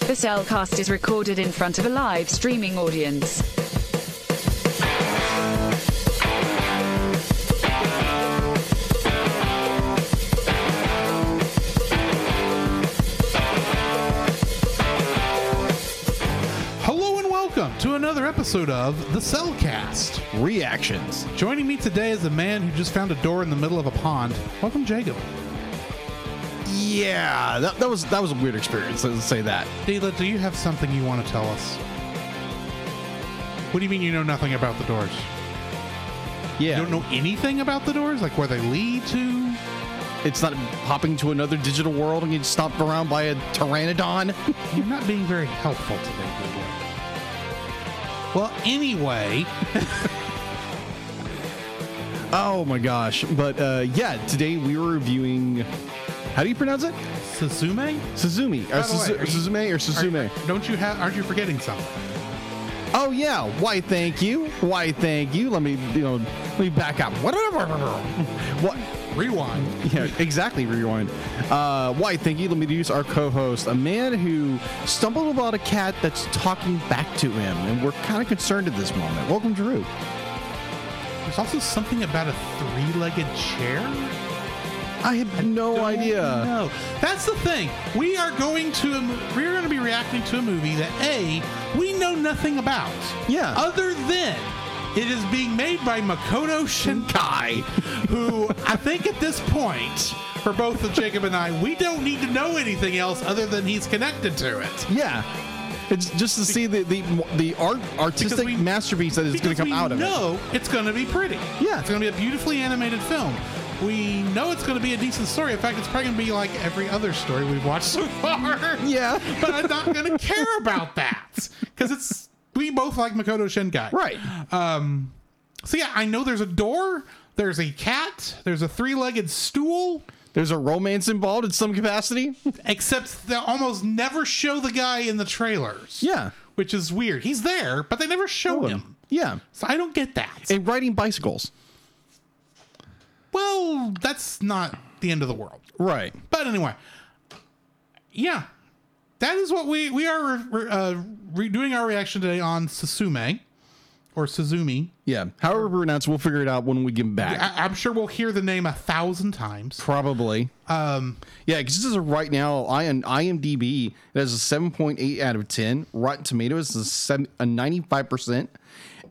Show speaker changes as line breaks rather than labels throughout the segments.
The Cellcast is recorded in front of a live streaming audience.
Hello and welcome to another episode of The Cellcast.
Reactions.
Joining me today is a man who just found a door in the middle of a pond. Welcome, Jago.
Yeah, that, that was that was a weird experience. Let's say that.
Dila, do you have something you want to tell us? What do you mean you know nothing about the doors?
Yeah,
You don't know anything about the doors? Like where they lead to?
it's not hopping to another digital world and getting stomped around by a pteranodon.
You're not being very helpful today, Dila. Well, anyway,
oh my gosh! But uh, yeah, today we were reviewing. How do you pronounce it?
Suzume?
Suzumi.
By
Or
the way,
Suzu-
are you-
Suzume or Suzume.
Are- Don't you have aren't you forgetting something?
oh yeah. Why? Thank you. Why? Thank you. Let me you know. Let me back up. Whatever. What?
Rewind.
Yeah, exactly. Rewind. Uh, why? Thank you. Let me introduce our co-host, a man who stumbled about a cat that's talking back to him, and we're kind of concerned at this moment. Welcome, Drew.
There's also something about a three-legged chair.
I had no idea.
No, that's the thing. We are going to a, mo- we're going to be reacting to a movie that a we know nothing about.
Yeah.
Other than it is being made by Makoto Shinkai, who I think at this point. For both of Jacob and I, we don't need to know anything else other than he's connected to it.
Yeah, it's just to see the the the art
Because
artistic
we-
masterpiece that is
Because
going to come
we
out of it.
know it's going to be pretty.
Yeah.
it's going to be a beautifully animated film. We know it's going to be a decent story. In fact, it's probably going to be like every other story we've watched so far.
Yeah.
but I'm not going to care about that because it's we both like Makoto Shinkai.
Right.
Um. So yeah, I know there's a door. There's a cat. There's a three-legged stool.
There's a romance involved in some capacity.
Except they almost never show the guy in the trailers.
Yeah.
Which is weird. He's there, but they never show him.
Yeah,
So I don't get that.
and riding bicycles.
Well, that's not the end of the world.
Right.
But anyway, yeah, that is what we we are re- re- uh, re- doing our reaction today on Susume or Suzumi.
Yeah. However we pronounce, we'll figure it out when we get back.
I, I'm sure we'll hear the name a thousand times.
Probably. Um, yeah, because this is a right now. I on IMDb it has a seven point eight out of ten. Rotten Tomatoes is a seven, a ninety five percent,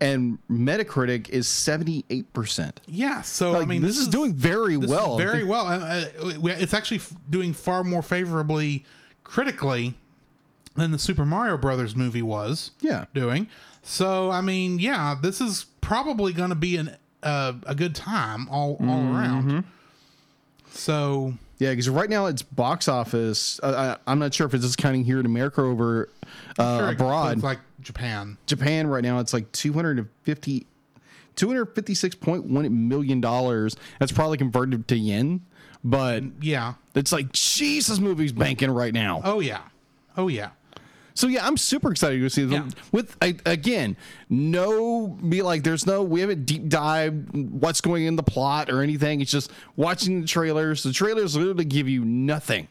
and Metacritic is seventy eight percent.
Yeah, so
Like
I mean,
this, is, doing very
this is
well.
very well. And, uh, we- it's actually f- doing far more favorably critically than the Super Mario Brothers movie was.
Yeah.
doing. So I mean, yeah, this is probably going to be an uh, a good time all all
Mm-hmm.
around. So
Yeah, because right now it's box office. Uh, I, I'm not sure if it's just counting here in America over uh,
sure, it
abroad.
looks like Japan.
Japan right now it's like 250 256.1 million dollars. That's probably converted to yen, but
Yeah.
It's like, jeez, this movie's banking right now.
Oh yeah. Oh yeah.
So yeah, I'm super excited to see them.
Yeah.
With I, again, no, be like, there's no, we haven't deep dived what's going in the plot or anything. It's just watching the trailers. The trailers literally give you nothing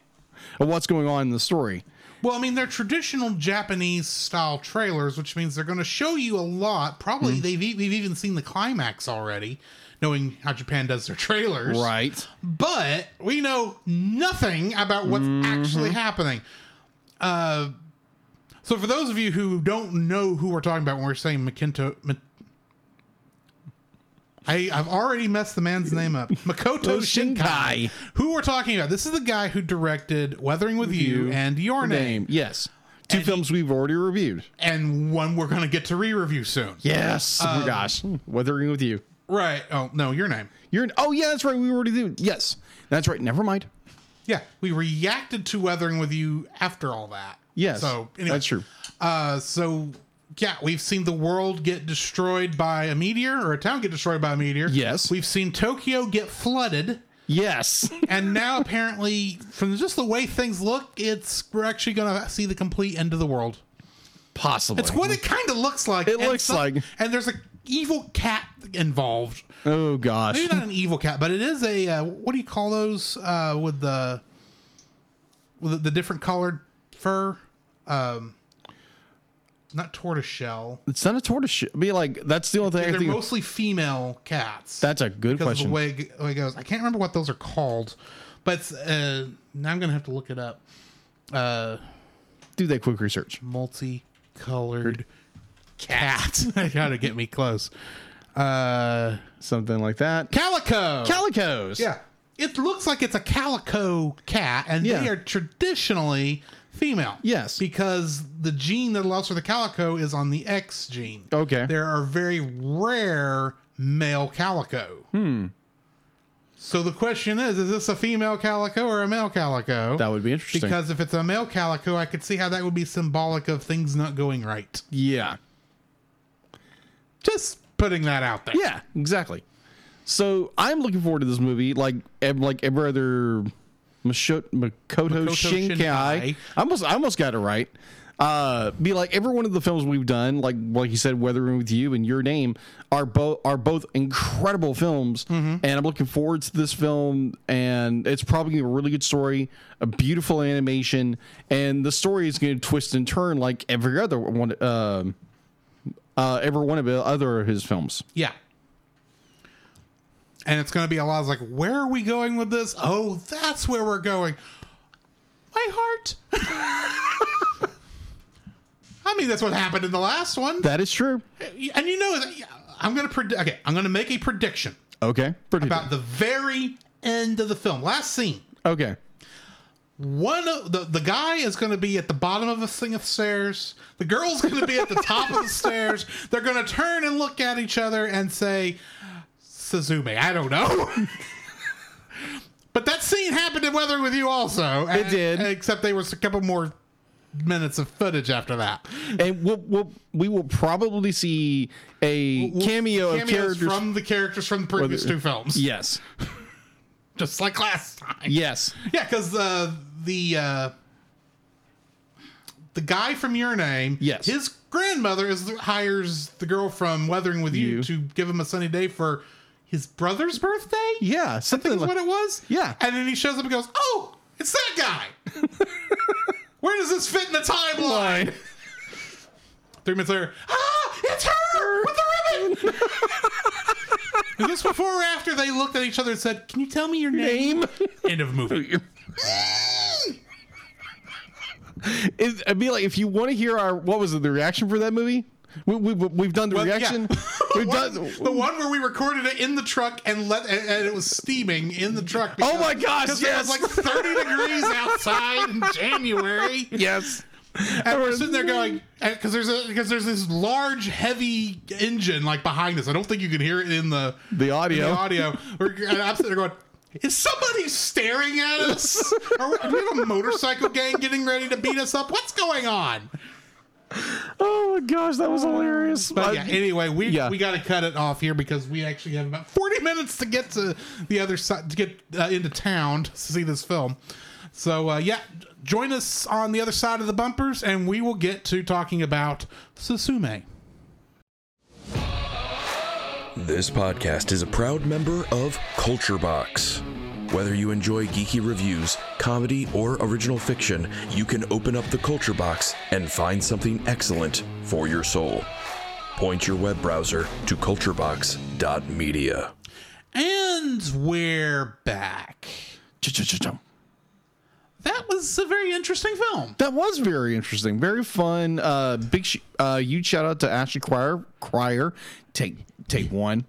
of what's going on in the story.
Well, I mean, they're traditional Japanese style trailers, which means they're going to show you a lot.
Mm.
Probably they've e- we've even seen the climax already, knowing how Japan does their trailers.
Right.
but we know nothing about what's
Mm-hmm.
actually happening. Uh, so for those of you who don't know who we're talking about when we're saying Makinto, Ma- I, I've already messed the man's name up. Makoto
Oh, Shinkai.
Shinkai. Who we're talking about? This is the guy who directed Weathering with You, and Your Name,
Name. Yes. Two films we've already reviewed.
and one we're going to get to re-review soon.
Yes. oh
Um,
my gosh. Weathering with you.
Right? Oh no, Your Name.
You're. An, oh yeah, that's right. We already did. Yes. That's right. Never mind.
Yeah, we reacted to Weathering with You after all that.
Yes.
So anyway,
that's true.
Uh, so yeah, we've seen the world get destroyed by a meteor or a town get destroyed by a meteor.
Yes.
We've seen Tokyo get flooded.
Yes.
And now apparently from just the way things look, it's we're actually gonna see the complete end of the world.
Possibly.
It's what it kind of looks like.
It
And
looks like-
and there's a evil cat involved.
Oh gosh.
Maybe not an evil cat, but it is a uh, what do you call those uh, with the with the different colored fur? not tortoiseshell.
It's not a tortoise. shell. I mean, like that's the only thing. I
They're
think of-
mostly female cats.
that's a good
because of
question.
the way, it- the way it goes. I can't remember what those are called, but uh, now I'm gonna have to look it up. Uh,
Do that quick research.
multicolored cat. I gotta get me close. Uh,
Something like that.
calico.
Calicos.
yeah, it looks like it's a calico cat, and they
Yeah.
are traditionally female.
Yes.
because the gene that allows for the calico is on the X gene.
Okay.
there are very rare male calico. Hmm. So the question is: Is this a female calico or a male calico?
That would be interesting.
because if it's a male calico, I could see how that would be symbolic of things not going right.
yeah.
Just putting that out there.
Yeah, exactly. So I'm looking forward to this movie, like ev- like every other Makoto, Makoto Shinkai.
Shinkai.
I almost I almost got it right. Uh, be like every one of the films we've done, like like you said, Weathering with You and Your Name are both are both incredible films, and I'm looking forward to this film. And it's probably gonna be a really good story, a beautiful animation, and the story is going to twist and turn like every other one, um uh, every one of the other of his films.
Yeah. And it's going to be a lot of like, where are we going with this? Oh, that's where we're going. My heart. I mean, that's what happened in the last one.
That is true.
and you know, I'm going to predict. Okay, I'm going to make a prediction
Okay. Pretty
about the very end of the film, last scene.
Okay.
One of the, the guy is going to be at the bottom of a thing of stairs. The girl's going to be at the top of the stairs. They're going to turn and look at each other and say, Suzume, I don't know. but that scene happened in Weather With You also. It
did.
Except they was a couple more minutes of footage after that.
And we'll, we'll we will probably see a cameo of
Cameos
characters.
from the characters from the previous two films.
yes.
Just like last time.
Yes.
Yeah, because uh, the uh, the guy from Your Name,
Yes.
his grandmother is hires the girl from Weathering with you,
You.
to give him a sunny day for his brother's birthday.
Yeah. Something
is
like
what it was.
Yeah.
and then he shows up and goes, "Oh, it's that guy." Where does this fit in the timeline? Three minutes later, ah, it's her with the ribbon. Is this before or after they looked at each other and said, "Can you tell me your name?"
name.
End of movie.
It, would be like if you want to hear our what was it, the reaction for that movie? We, we, we've done the
Well, yeah.
reaction.
The
We've
one-
done.
the one where we recorded it in the truck and let and, and it was steaming in the truck.
oh my gosh!
because it was
Yes.
like 30 degrees outside in January.
yes.
And we're sitting there going because there's a because there's this large heavy engine like behind us. I don't think you can hear it in the
The audio.
in the audio. We're, and I'm sitting there going. Is somebody staring at us? Are we, are we in a motorcycle gang getting ready to beat us up? What's going on?
Oh my gosh, that was hilarious.
But
I-
yeah, anyway, we
yeah.
we got to cut it off here because we actually have about 40 minutes to get to the other side to get uh, into town to see this film. So uh, yeah, join us on the other side of the bumpers, and we will get to talking about Susume.
This podcast is a proud member of Culture Box. Whether you enjoy geeky reviews, comedy, or original fiction, you can open up the Culture Box and find something excellent for your soul. Point your web browser to culturebox.media.
And we're back.
Ch-ch-ch-chum.
That was a very interesting film.
That was very interesting, very fun. Uh, big sh- uh, huge shout out to Ashley Crier. Crier, take take one.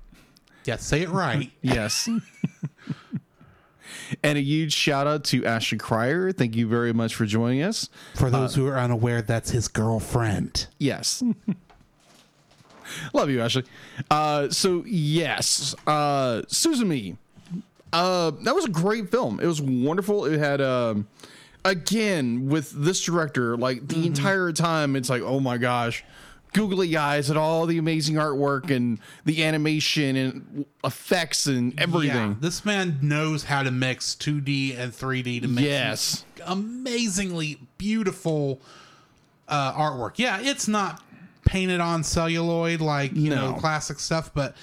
Yeah, say it right.
Yes. and a huge shout out to Ashley Crier. Thank you very much for joining us.
For those who are unaware, that's his girlfriend.
Yes. Love you, Ashley. Uh, so yes, uh, Suzumi. Uh, that was a great film. It was wonderful. It had um, again with this director, like the entire time, it's like oh my gosh, googly eyes at all the amazing artwork and the animation and effects and
Yeah,
everything.
this man knows how to mix 2D and 3D to make
yes.
amazingly beautiful uh, artwork. Yeah, it's not painted on celluloid like you
No.
know classic stuff, but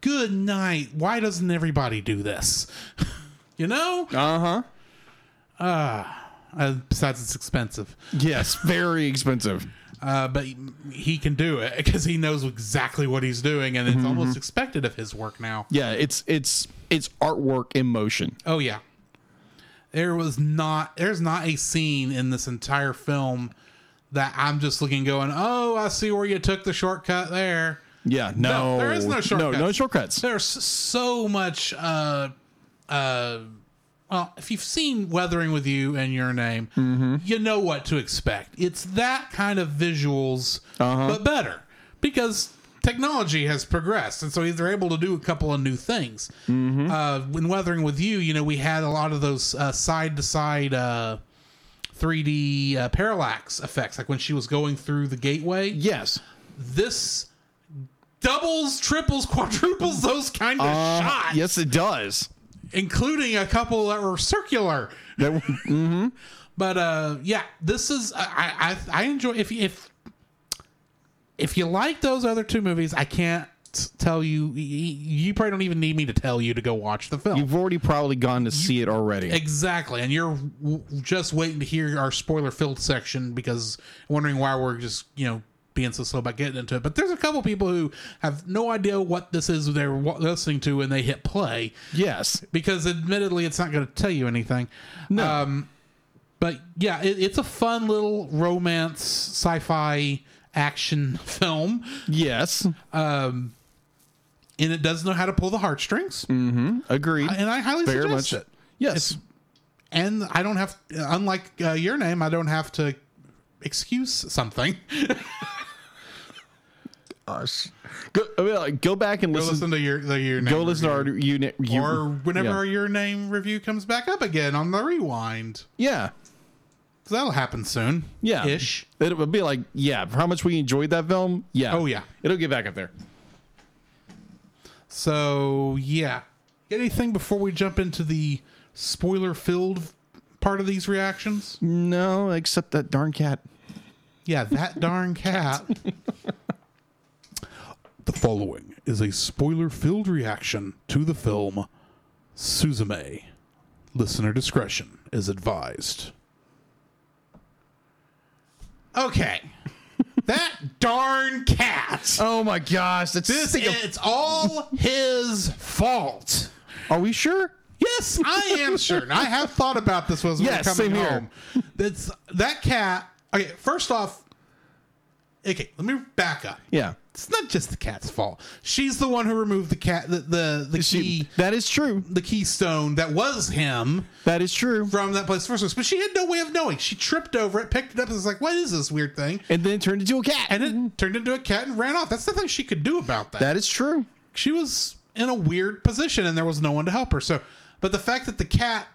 good night. Why
Uh-huh.
doesn't everybody do this? you know,
Uh huh.
Uh, besides, it's expensive.
Yes, very expensive.
Uh, but he- he can do it because he knows exactly what he's doing, and it's almost expected of his work now.
Yeah, it's it's it's artwork in motion.
Oh yeah. There was not there's not a scene in this entire film that I'm just looking going, "Oh, I see where you took the shortcut there."
Yeah, no,
there is no shortcuts.
No, no shortcuts.
There's so much uh uh well, if you've seen Weathering with You and Your Name,
Mm-hmm.
you know what to expect. It's that kind of visuals,
Uh-huh.
but better because technology has progressed, and so they're able to do a couple of new things.
Mm-hmm.
Uh, when Weathering with You, you know, we had a lot of those uh, side-to-side uh, 3D uh, parallax effects, like when she was going through the gateway
Yes.
this doubles, triples, quadruples those kind of
Uh,
shots,
Yes, it does.
including a couple that were circular.
That,
But uh, yeah, this is I I, I enjoy if if if you like those other two movies, I can't tell you. You probably don't even need me to tell you to go watch the film.
you've already probably gone to see it already.
Exactly, and you're w- just waiting to hear our spoiler-filled section because wondering why we're just you know being so slow about getting into it. But there's a couple people who have no idea what this is they're wa- listening to when they hit play
Yes.
because admittedly it's not going to tell you anything. No. Um, but yeah, it, it's a fun little romance sci-fi action film,
Yes.
and it does know how to pull the heartstrings,
Agreed.
and I highly
Mm-hmm. Very
suggest
much.
it.
Yes.
and I don't have, unlike uh, your name, I don't have to excuse something.
go, I mean, like, go back and
Go
listen.
listen to your the your name.
go listen to our unit.
review. or whenever
Yeah.
our your name review comes back up again on the rewind.
yeah.
'Cause that'll happen soon.
Yeah.
ish.
It would be like, yeah, for how much we enjoyed that film. Yeah.
Oh, yeah.
It'll get back up there.
So yeah, anything before we jump into the spoiler filled part of these reactions?
No, except that darn cat.
Yeah, that darn cat. the following is a spoiler filled reaction to the film Suzume. Listener discretion is advised. Okay. that darn cat.
Oh my gosh. That's
This it's all his fault.
Are we sure?
Yes, I am sure. And I have thought about this was
Yes,
yes, coming
same here.
home. That's that cat. Okay, first off, okay, let me back up.
Yeah.
It's not just the cat's fault. She's the one who removed the cat, the the, the
She,
key,
that is true.
the keystone that was him
That is true.
from that place first. place. But she had no way of knowing. She tripped over it, picked it up, and was like, "What is this weird thing?"
And then it turned into a cat.
And it turned into a cat and ran off. That's nothing she could do about that.
Mm-hmm. that is true.
she was in a weird position and there was no one to help her. So, but the fact that the cat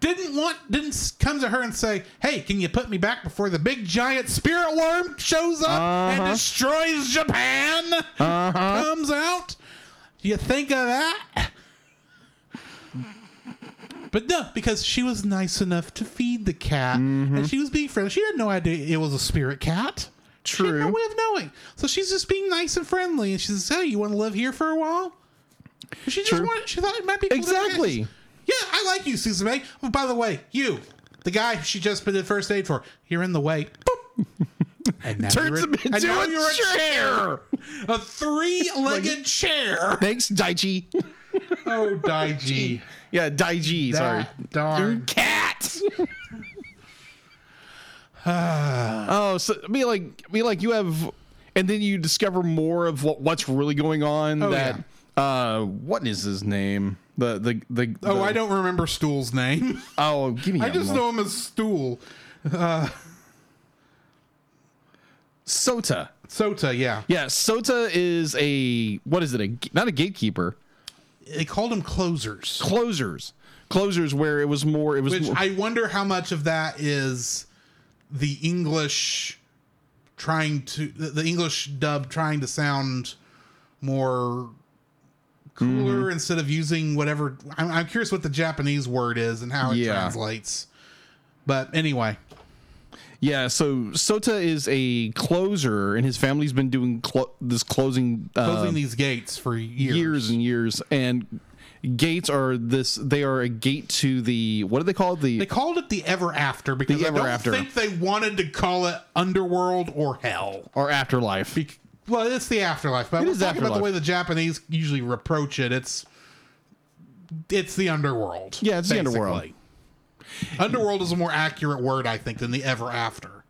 didn't want, didn't s- come to her and say, "Hey, can you put me back before the big giant spirit worm shows up
Uh-huh.
and destroys Japan?" Comes out. You think of that? But no, because she was nice enough to feed the cat,
Mm-hmm.
and she was being friendly. She had no idea it was a spirit cat. She had
True.
no way of knowing. So she's just being nice and friendly, and she says, "Hey, you want to live here for a while?" She just
True.
wanted. She thought it might be cool to have
Exactly.
kids. Yeah, I like you, Susan May. Oh, by the way, you, the guy she just did first aid for, you're in the way. Boop. And now
Turns
you're,
him into
and now
a
you're
chair.
a three-legged chair.
Thanks, Daichi.
Oh, Daiji.
Yeah, Daichi. Sorry.
That darn
cat.
Ah.
oh, so I mean, like, I mean, like you have, and then you discover more of what, what's really going on.
Oh,
that uh, what is his name? The the the.
Oh,
the-
I don't remember Stool's name.
Oh, give me.
I
a
just
moment.
know him as Stool.
Sota.
Sota, yeah.
Yeah, Sota is a what is it? A not a gatekeeper.
They called him closers.
Closers. Closers where it was more. It was
Which
more,
I wonder how much of that is the English trying to the the English dub trying to sound more cooler
Mm-hmm.
instead of using whatever. I'm, I'm curious what the Japanese word is and how it
Yeah.
translates. But anyway,
Yeah, so Sota is a closer, and his family's been doing clo- this closing, uh,
closing these gates for years.
years. and years, and gates are this. They are a gate to the what do they call it? The
They called it the Ever After because
The Ever
I don't
After.
think they wanted to call it Underworld or Hell.
or afterlife.
Bec- well, it's the afterlife, but
It
we're
is
talking about
afterlife.
the way the Japanese usually approach it. It's it's the underworld.
Yeah, it's the underworld.
basically. Underworld is a more accurate word, I think, than the ever after.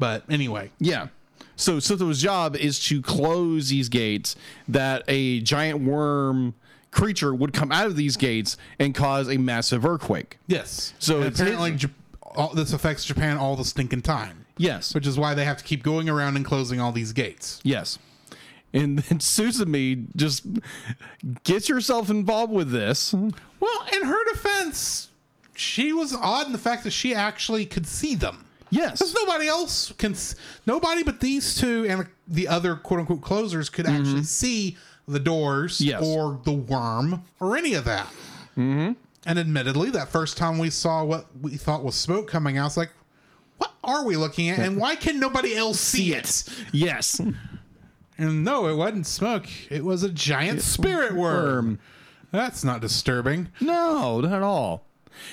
But anyway,
Yeah. So Sitho's job is to close these gates that a giant worm creature would come out of these gates and cause a massive earthquake.
yes.
So
And
it's-
apparently, Jap- all, this affects Japan all the stinking time,
Yes.
which is why they have to keep going around and closing all these gates.
Yes. And then Suzume just gets herself involved with this.
Mm-hmm. Well, in her defense, she was odd in the fact that she actually could see them.
Yes.
Because nobody else can, s- nobody but these two and the other quote unquote closers could actually see the doors
Yes.
or the worm or any of that. Mm-hmm. And admittedly, that first time we saw what we thought was smoke coming out, it's like, what are we looking at? And why can nobody else see it?
Yes.
And no, it wasn't smoke. It was a giant spirit worm. That's not disturbing.
No, not at all.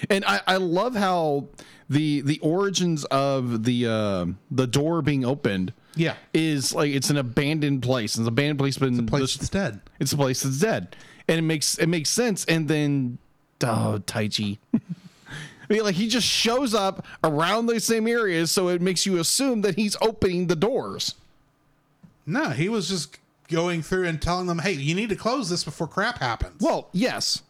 And I, I love how the the origins of the uh, the door being opened
Yeah.
is like it's an abandoned place. It's an abandoned place, but it's a
Place that's dead.
It's a place that's dead, and it makes it makes sense. And then, oh, Taichi, I mean, like he just shows up around the same areas, so it makes you assume that he's opening the doors.
No, he was just going through and telling them, hey, you need to close this before crap happens.
Well, yes,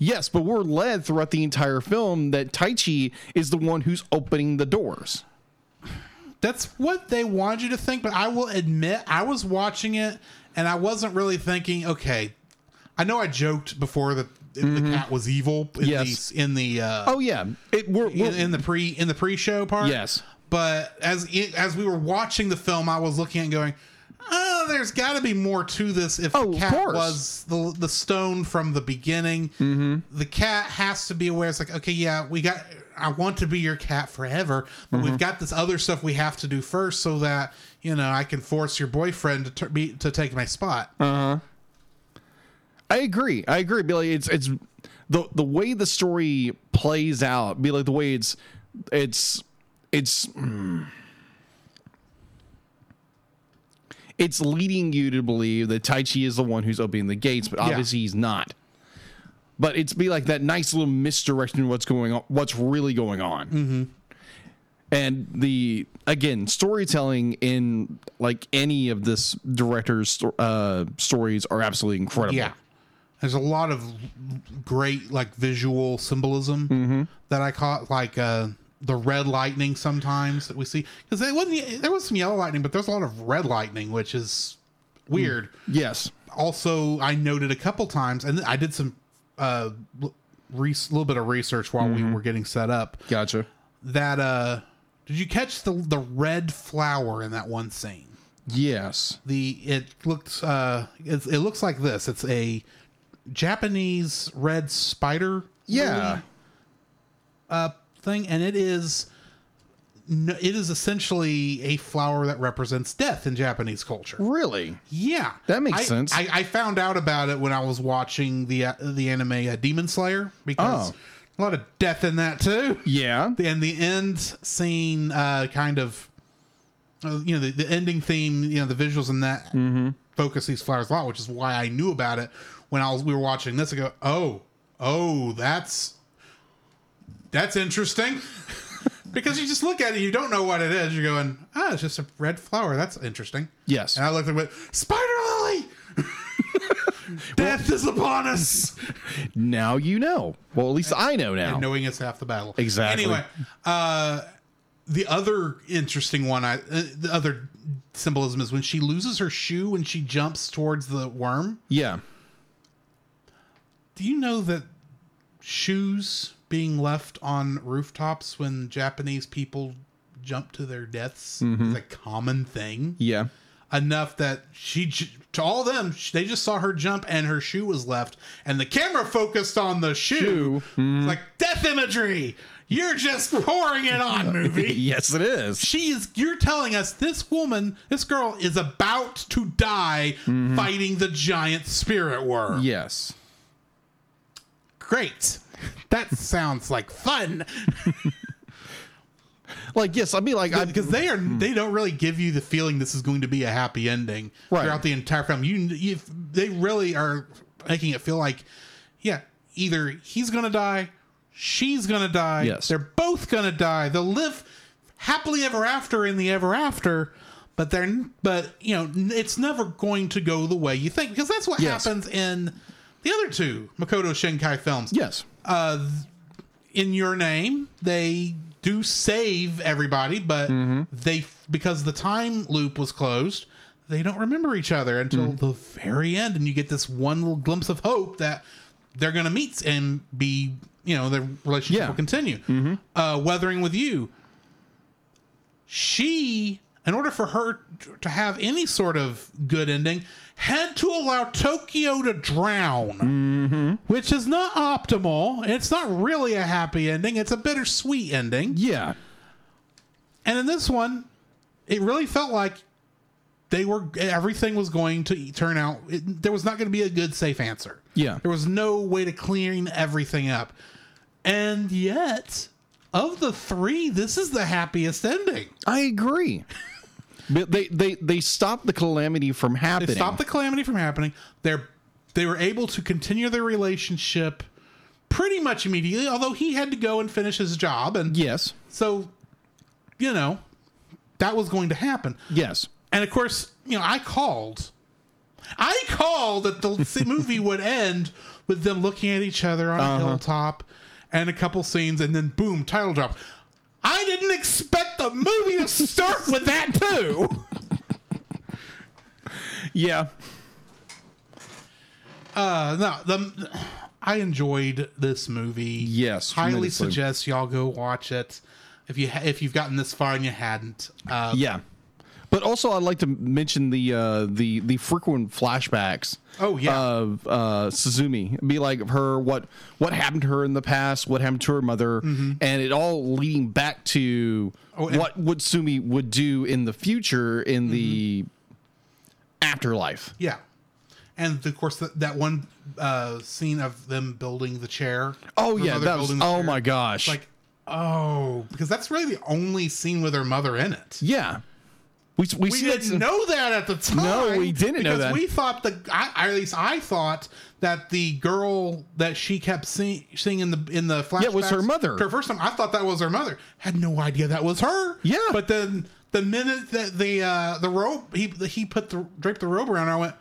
yes, but we're led throughout the entire film that Taichi is the one who's opening the doors.
That's what they wanted you to think, but I will admit I was watching it and I wasn't really thinking, okay, I know I joked before that the cat was evil in
Mm-hmm. Yes.
the in the uh
Oh yeah, it, we're,
in,
we're
in the pre in the pre-show part.
Yes.
But as it, as we were watching the film, I was looking at it going, "Oh, there's got to be more to this if
Oh,
the
of
cat
course.
was the the stone from the beginning.
Mm-hmm.
The cat has to be aware. It's like, okay, yeah, we got. I want to be your cat forever, but
Mm-hmm.
we've got this other stuff we have to do first, so that you know I can force your boyfriend to tur be, to take my spot.
I agree. I agree. Be like it's it's the the way the story plays out. Be like the way it's it's it's mm. it's leading you to believe that Tai Chi is the one who's opening the gates, but obviously he's not. But it's be like that nice little misdirection. Of what's going on? What's really going on? and the again storytelling in like any of this director's sto- uh, stories are absolutely incredible.
Yeah. There's a lot of great like visual symbolism that I caught, like uh, the red lightning sometimes that we see because it wasn't there was some yellow lightning, but there's a lot of red lightning, which is weird.
Yes.
Also, I noted a couple times, and I did some uh, l- re- little bit of research while we were getting set up.
Gotcha.
That uh, did you catch the the red flower in that one scene?
Yes.
the it looks uh it, it looks like this it's a japanese red spider
Yeah.
lily, uh thing and it is no, it is essentially a flower that represents death in japanese culture
Really?
yeah
That makes
I-
sense.
I, I found out about it when i was watching the uh, the anime uh, demon slayer because
Oh.
a lot of death in that too
Yeah.
and the end scene uh kind of uh, you know the, the ending theme you know the visuals in that focus these flowers a lot which is why i knew about it when i was we were watching this i go oh oh that's that's interesting because you just look at it you don't know what it is you're going ah it's just a red flower that's interesting
Yes.
and i looked at it and went, spider lily death is upon us
Now you know. Well, at least I know now.
and knowing it's half the battle.
Exactly.
Anyway, uh, the other interesting one, I uh, the other symbolism is when she loses her shoe when she jumps towards the worm.
yeah.
Do you know that shoes being left on rooftops when Japanese people jump to their deaths is a common thing?
Yeah.
Enough that she j- to all them sh- they just saw her jump and her shoe was left, and the camera focused on the shoe,
Shoe.
like death imagery. You're just pouring it on, movie.
Yes, it is.
she is you're telling us this woman this girl is about to die fighting the giant spirit worm
Yes.
Great. That sounds like fun
Like, yes, I'd be like, Hmm. I'd,
because they are they don't really give you the feeling this is going to be a happy ending
Right.
throughout the entire film. You, you they really are making it feel like yeah, either he's going to die, she's going to die,
Yes.
they're both going to die. They'll live happily ever after in the ever after, but they're but you know, n- it's never going to go the way you think because that's what
Yes.
happens in the other two Makoto Shinkai films
yes.
uh, in your name they do save everybody but they because the time loop was closed they don't remember each other until the very end and you get this one little glimpse of hope that they're going to meet and be you know their relationship
Yeah.
will continue uh, weathering with you she in order for her t- to have any sort of good ending had to allow tokyo to drown which is not optimal. It's not really a happy ending. It's a bittersweet ending.
yeah.
And in this one, it really felt like they were everything was going to turn out. It, there was not going to be a good safe answer.
Yeah.
there was no way to clean everything up. And yet, of the three, this is the happiest ending.
I agree. but they, they, they stopped the calamity from happening.
They stopped the calamity from happening. They're they were able to continue their relationship pretty much immediately. Although he had to go and finish his job, and
yes.
So, you know, that was going to happen.
Yes.
And of course, you know, I called. I called that the s- movie would end with them looking at each other on a hilltop and a couple scenes, and then boom, title drop. I didn't expect the movie to start with that, too.
Yeah.
Uh, no, the, I enjoyed this movie.
Yes,
highly
tremendously.
suggest y'all go watch it if you ha- if you've gotten this far and you hadn't. Uh,
Yeah. But also, I'd like to mention the uh, the the frequent flashbacks.
Oh, yeah.
of uh, Suzumi, be like of her what what happened to her in the past, what happened to her mother, and it all leading back to
Mm-hmm. Oh, and-
what would Sumi would do in the future in the
Mm-hmm.
afterlife.
Yeah. And of course, that, that one uh, scene of them building the chair.
Oh
Her
yeah,
mother
that was
building the
oh
chair.
my gosh,
It's Like, oh, because that's really the only scene with her mother in it.
yeah. We
We
we, see that
didn't know that at the time.
No, we didn't know
because
that.
we thought the, I, or at least I thought that the girl that she kept seeing, seeing in the in the flashbacks,
Yeah, it was her mother.
to Her first time, I thought that was her mother. Had no idea that was her.
Yeah.
but then the minute that the uh, the rope he he put the draped the robe around, her, I went,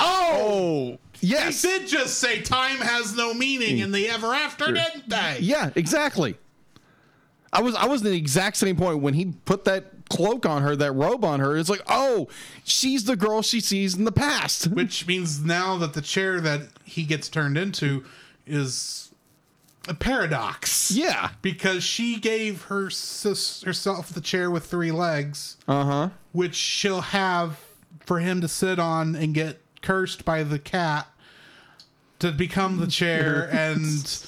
Oh yes,
They did just say time has no meaning in the ever after, didn't they?
Mm. Yeah, exactly. I was I was in the exact same point when he put that cloak on her, that robe on her. It's like, oh, she's the girl she sees in the past.
Which means now that the chair that he gets turned into is a paradox.
Yeah.
Because she gave her sis- herself the chair with three legs, uh-huh. which she'll have for him to sit on and get cursed by the cat to become the chair, and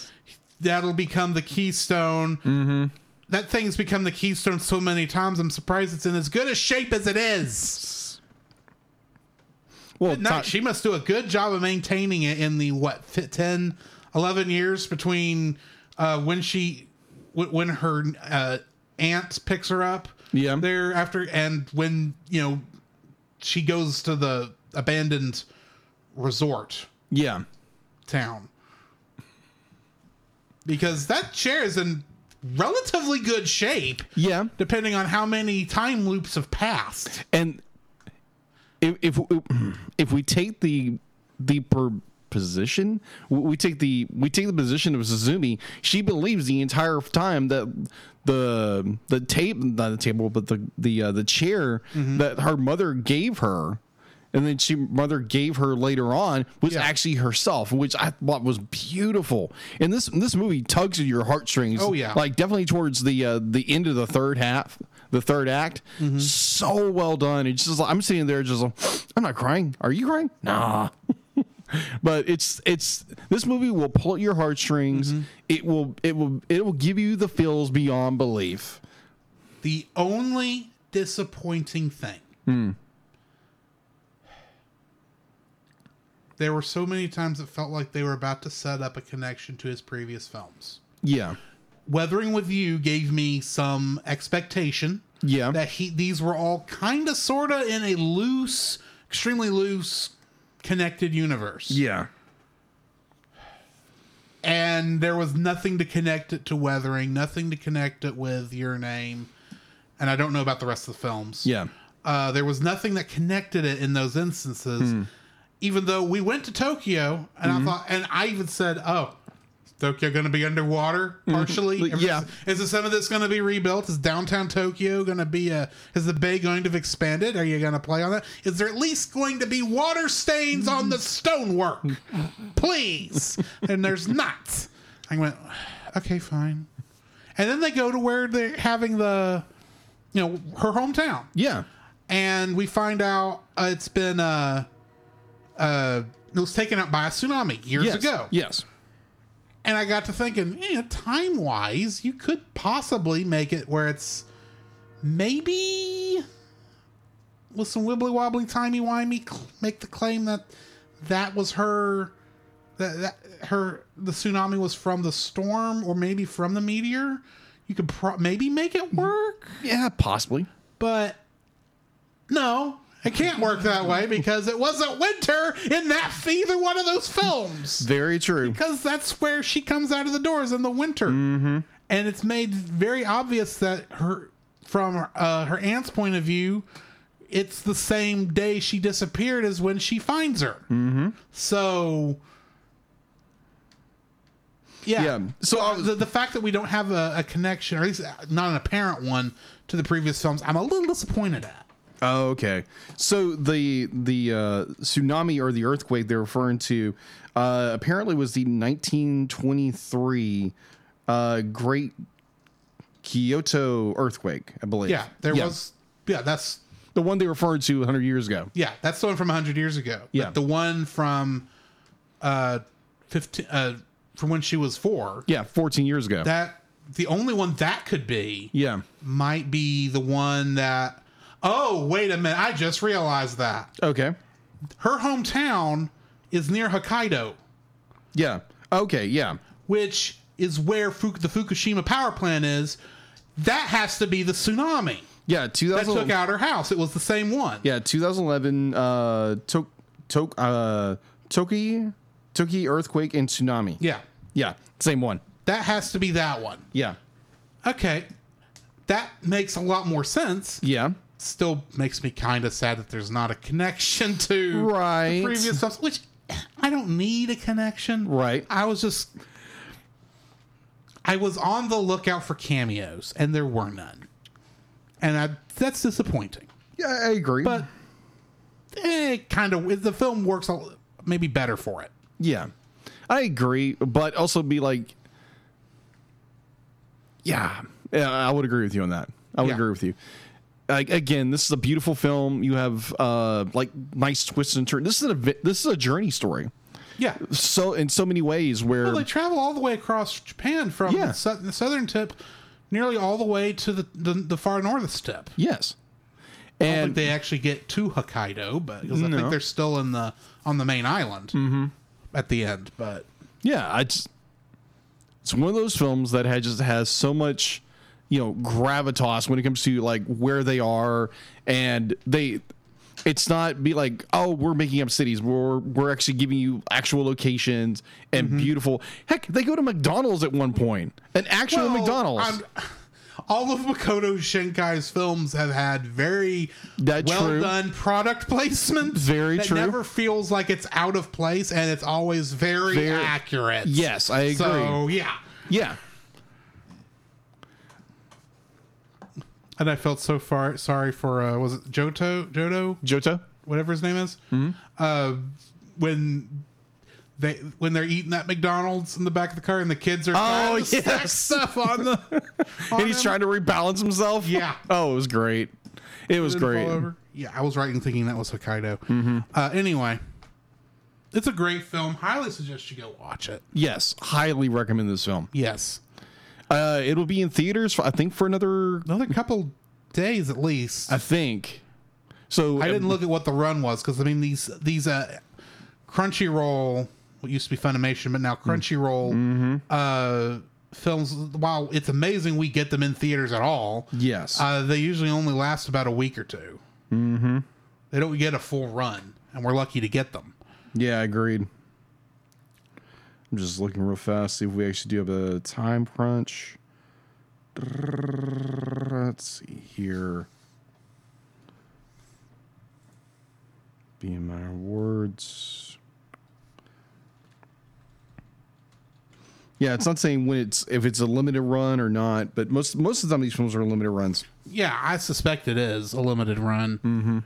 that'll become the keystone. Mm-hmm. That thing's become the keystone so many times. I'm surprised it's in as good a shape as it is.
Well,
No,
not,
she must do a good job of maintaining it in the what fi- 10 11 years between uh when she wh- when her uh aunt picks her up
Yeah.
there after and when you know she goes to the abandoned resort
yeah,
town because that chair is in relatively good shape
yeah,
depending on how many time loops have passed
and if if, if we take the the per position we take the we take the position of Suzumi she believes the entire time that the the tape not the table but the the uh, the chair
Mm-hmm.
that her mother gave her and then she mother gave her later on was
Yeah.
actually herself which I thought was beautiful and this this movie tugs at your heartstrings
Oh, yeah.
like definitely towards the uh, the end of the third half, the third act. So well done. It's just like, I'm sitting there just like, I'm not crying. Are you crying? Nah. but it's it's this movie will pull at your heartstrings. It will it will it will give you the feels beyond belief.
The only
Hmm.
disappointing thing There were so many times it felt like they were about to set up a connection to his previous films.
Yeah.
Weathering with You gave me some expectation.
Yeah.
That he these were all kind of sort of in a loose, extremely loose connected universe.
Yeah.
And there was nothing to connect it to Weathering, nothing to connect it with Your Name. And I don't know about the rest of the films.
Yeah.
Uh, there was nothing that connected it in those instances,
Hmm.
even though we went to Tokyo and
Mm-hmm.
I thought, and I even said, oh, is Tokyo going to be underwater partially?
Mm-hmm. Like, yeah.
Is the some of this going to be rebuilt? Is downtown Tokyo going to be a, is the bay going to have expanded? Are you going to play on that? Is there at least going to be water stains on the stonework? Please. and there's not. I went, okay, fine. And then they go to where they're having the, you know, her hometown
Yeah.
and we find out uh, it's been uh uh it was taken out by a tsunami years
Yes.
ago
Yes.
and i got to thinking yeah time wise you could possibly make it where it's maybe with some wibbly wobbly timey wimey cl- make the claim that that was her that, that her the tsunami was from the storm or maybe from the meteor you could pro- maybe make it work
Yeah. Possibly.
but no, it can't work that way because it wasn't winter in that either one of those films.
Very true.
Because that's where she comes out of the doors in the winter, and it's made very obvious that her, from uh, her aunt's point of view, it's the same day she disappeared as when she finds her. Mm-hmm. So. Yeah.
Yeah. So
So
I
uh, the, the fact that we don't have a, a connection, or at least uh, not an apparent one, to the previous films, I'm a little disappointed at.
Oh, okay. So the the uh, tsunami or the earthquake they're referring to uh, apparently was the 1923 uh, Great Kyoto earthquake, I believe.
Yeah, there was. Yeah, that's
the one they referred to 100 years ago.
yeah, that's the one from 100 years ago. But
Yeah.
the one from uh 15 uh from when she was 4.
Yeah, 14 years ago.
That the only one that could be
yeah.
might be the one that Oh, wait a minute. I just realized that.
Okay.
Her hometown is near Hokkaido,
Yeah. Okay. Yeah.
which is where Fuk- the Fukushima power plant is. That has to be the tsunami
Yeah.
that
2000,
took out her house. It was the same one.
Yeah. 2011. Uh, Tok Tok uh, Toki Toki earthquake and tsunami.
Yeah.
Yeah. Same one.
That has to be that one.
Yeah.
Okay. That makes a lot more sense.
Yeah.
Still makes me kind of sad that there's not a connection to
Right.
the previous films, which I don't need a connection.
Right.
I was just. I was on the lookout for cameos, and there were none. And I, that's disappointing.
Yeah, I agree.
But it kind of. The film works a- maybe better for it.
yeah, I agree. But also be like, yeah, yeah, I would agree with you on that. I would
Yeah.
agree with you. Like again, this is a beautiful film. You have uh like nice twists and turns. This is a this is a journey story.
Yeah.
So in so many ways where
Well, they travel all the way across Japan from
Yeah.
the, sou- the southern tip, nearly all the way to the, the, the far north tip.
yes,
I don't
and
think they actually get to Hokkaido, but because I
No.
think they're still in the on the main island at the end. But
yeah, I just, it's one of those films that had just has so much, you know, gravitas when it comes to like where they are, and they, it's not be like, oh, we're making up cities. We're we're actually giving you actual locations and
Mm-hmm.
beautiful. Heck, they go to McDonald's at one point, an actual
Well,
McDonald's.
I'm- all of Makoto Shinkai's films have had very
That
well
true.
done product placement.
Very
that
true.
Never feels like it's out of place, and it's always very,
Very-
accurate.
yes, I agree.
So yeah,
yeah,
and I felt so far sorry for uh, was it Johto Jodo
Johto.
whatever his name is,
Mm-hmm.
uh, when they when they're eating at McDonald's in the back of the car and the kids are trying to stack
Oh, yes.
stuff on the on
And he's
him
trying to rebalance himself.
Yeah.
Oh, it was great. It was
and fall
great. Mm-hmm.
over. Yeah, I was right in thinking that was Hokkaido. Uh, anyway, it's a great film. Highly suggest you go watch it.
Yes, highly recommend this film.
Yes,
Uh, it'll be in theaters, for, I think, for another.
another couple days at least.
I think. So
I didn't look at what the run was because I mean these these uh, Crunchyroll, what used to be Funimation, but now Crunchyroll uh, films. While it's amazing we get them in theaters at all,
Yes.
uh, they usually only last about a week or 2 Mm-hmm. They don't get a full run, and we're lucky to get them.
Yeah, agreed. I'm just looking real fast, see if we actually do have a time crunch. Let's see here. BMI awards. Yeah, it's not saying when it's if it's a limited run or not, but most most of the time these films are limited runs.
Yeah, I suspect it is a limited run. Mm-hmm.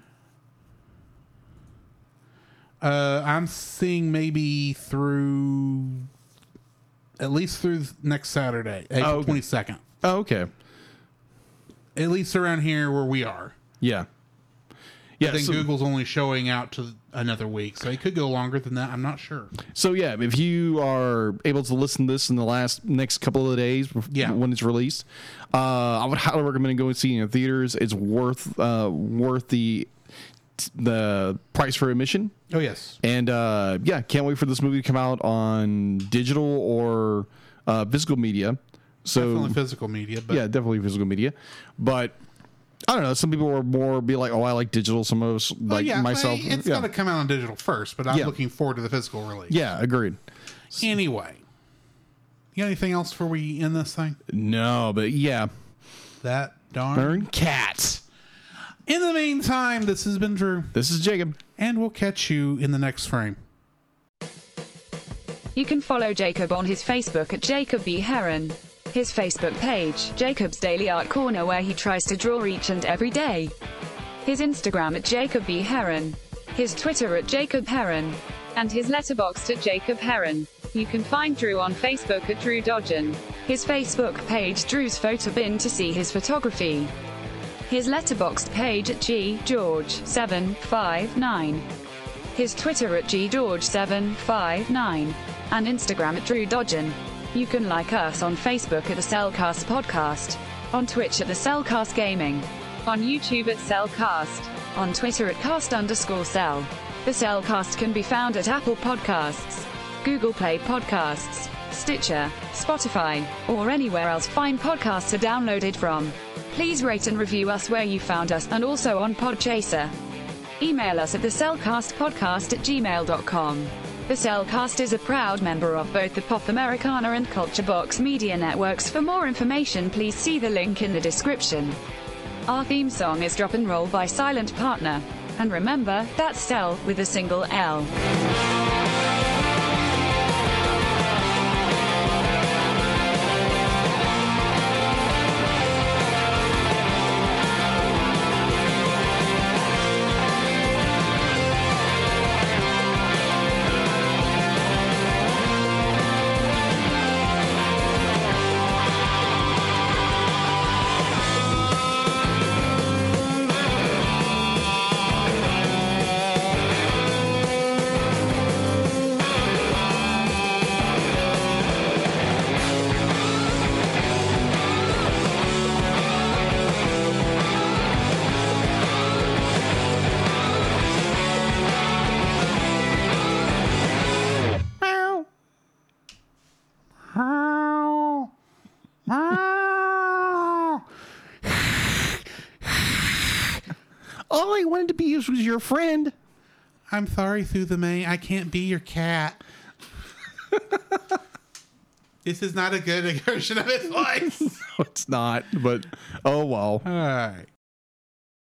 Uh, I'm seeing maybe through at least through next Saturday, April
okay.
22nd.
Oh, okay.
At least around here where we are.
Yeah. Yeah,
I think
so-
Google's only showing out to another week, so it could go longer than that. I'm not sure.
So yeah, if you are able to listen to this in the last next couple of days, bef-
Yeah.
when it's released, uh, I would highly recommend going and seeing it in theaters. It's worth uh, worth the the price for admission.
Oh yes,
And uh, yeah, can't wait for this movie to come out on digital or uh, physical media. So
only physical media, but
Um, yeah, definitely physical media. But I don't know. Some people are more be like, oh, I like digital. Some of us
Oh,
like
yeah,
myself.
I- It's
yeah.
got to come out on digital first, but I'm
Yeah.
looking forward to the physical release.
yeah, agreed.
Anyway, you got anything else before we end this thing?
No, but yeah,
That darn.
burn cats.
In the meantime, this has been Drew,
This is Jacob.
and we'll catch you in the next frame.
You can follow Jacob on his Facebook at Jacob B. Heron. His Facebook page, Jacob's Daily Art Corner, where he tries to draw each and every day. His Instagram at Jacob B. Heron. His Twitter at Jacob Heron. And his letterboxd at Jacob Heron. You can find Drew on Facebook at Drew Dodgen. His Facebook page, Drew's Photo Bin, to see his photography. His letterboxd page at G. George 759 his Twitter at ggeorge759, and Instagram at Drew Dodgen. You can like us on Facebook at the Cellcast Podcast, on Twitch at the Cellcast Gaming, on YouTube at Cellcast, on Twitter at cast underscore cell. The Cellcast can be found at Apple Podcasts, Google Play Podcasts, Stitcher, Spotify, or anywhere else fine podcasts are downloaded from. Please rate and review us where you found us and also on Podchaser. Email us at thecellcastpodcast at gmail.com. The Cellcast is a proud member of both the Pop Americana and Culture Box media networks. For more information, please see the link in the description. Our theme song is Drop and Roll by Silent Partner. And remember, that's Cell with a single L.
Oh, All I wanted to be was your friend.
I'm sorry, through the May, I can't be your cat. this is not a good version of his voice.
No, it's not, but oh well.
All right.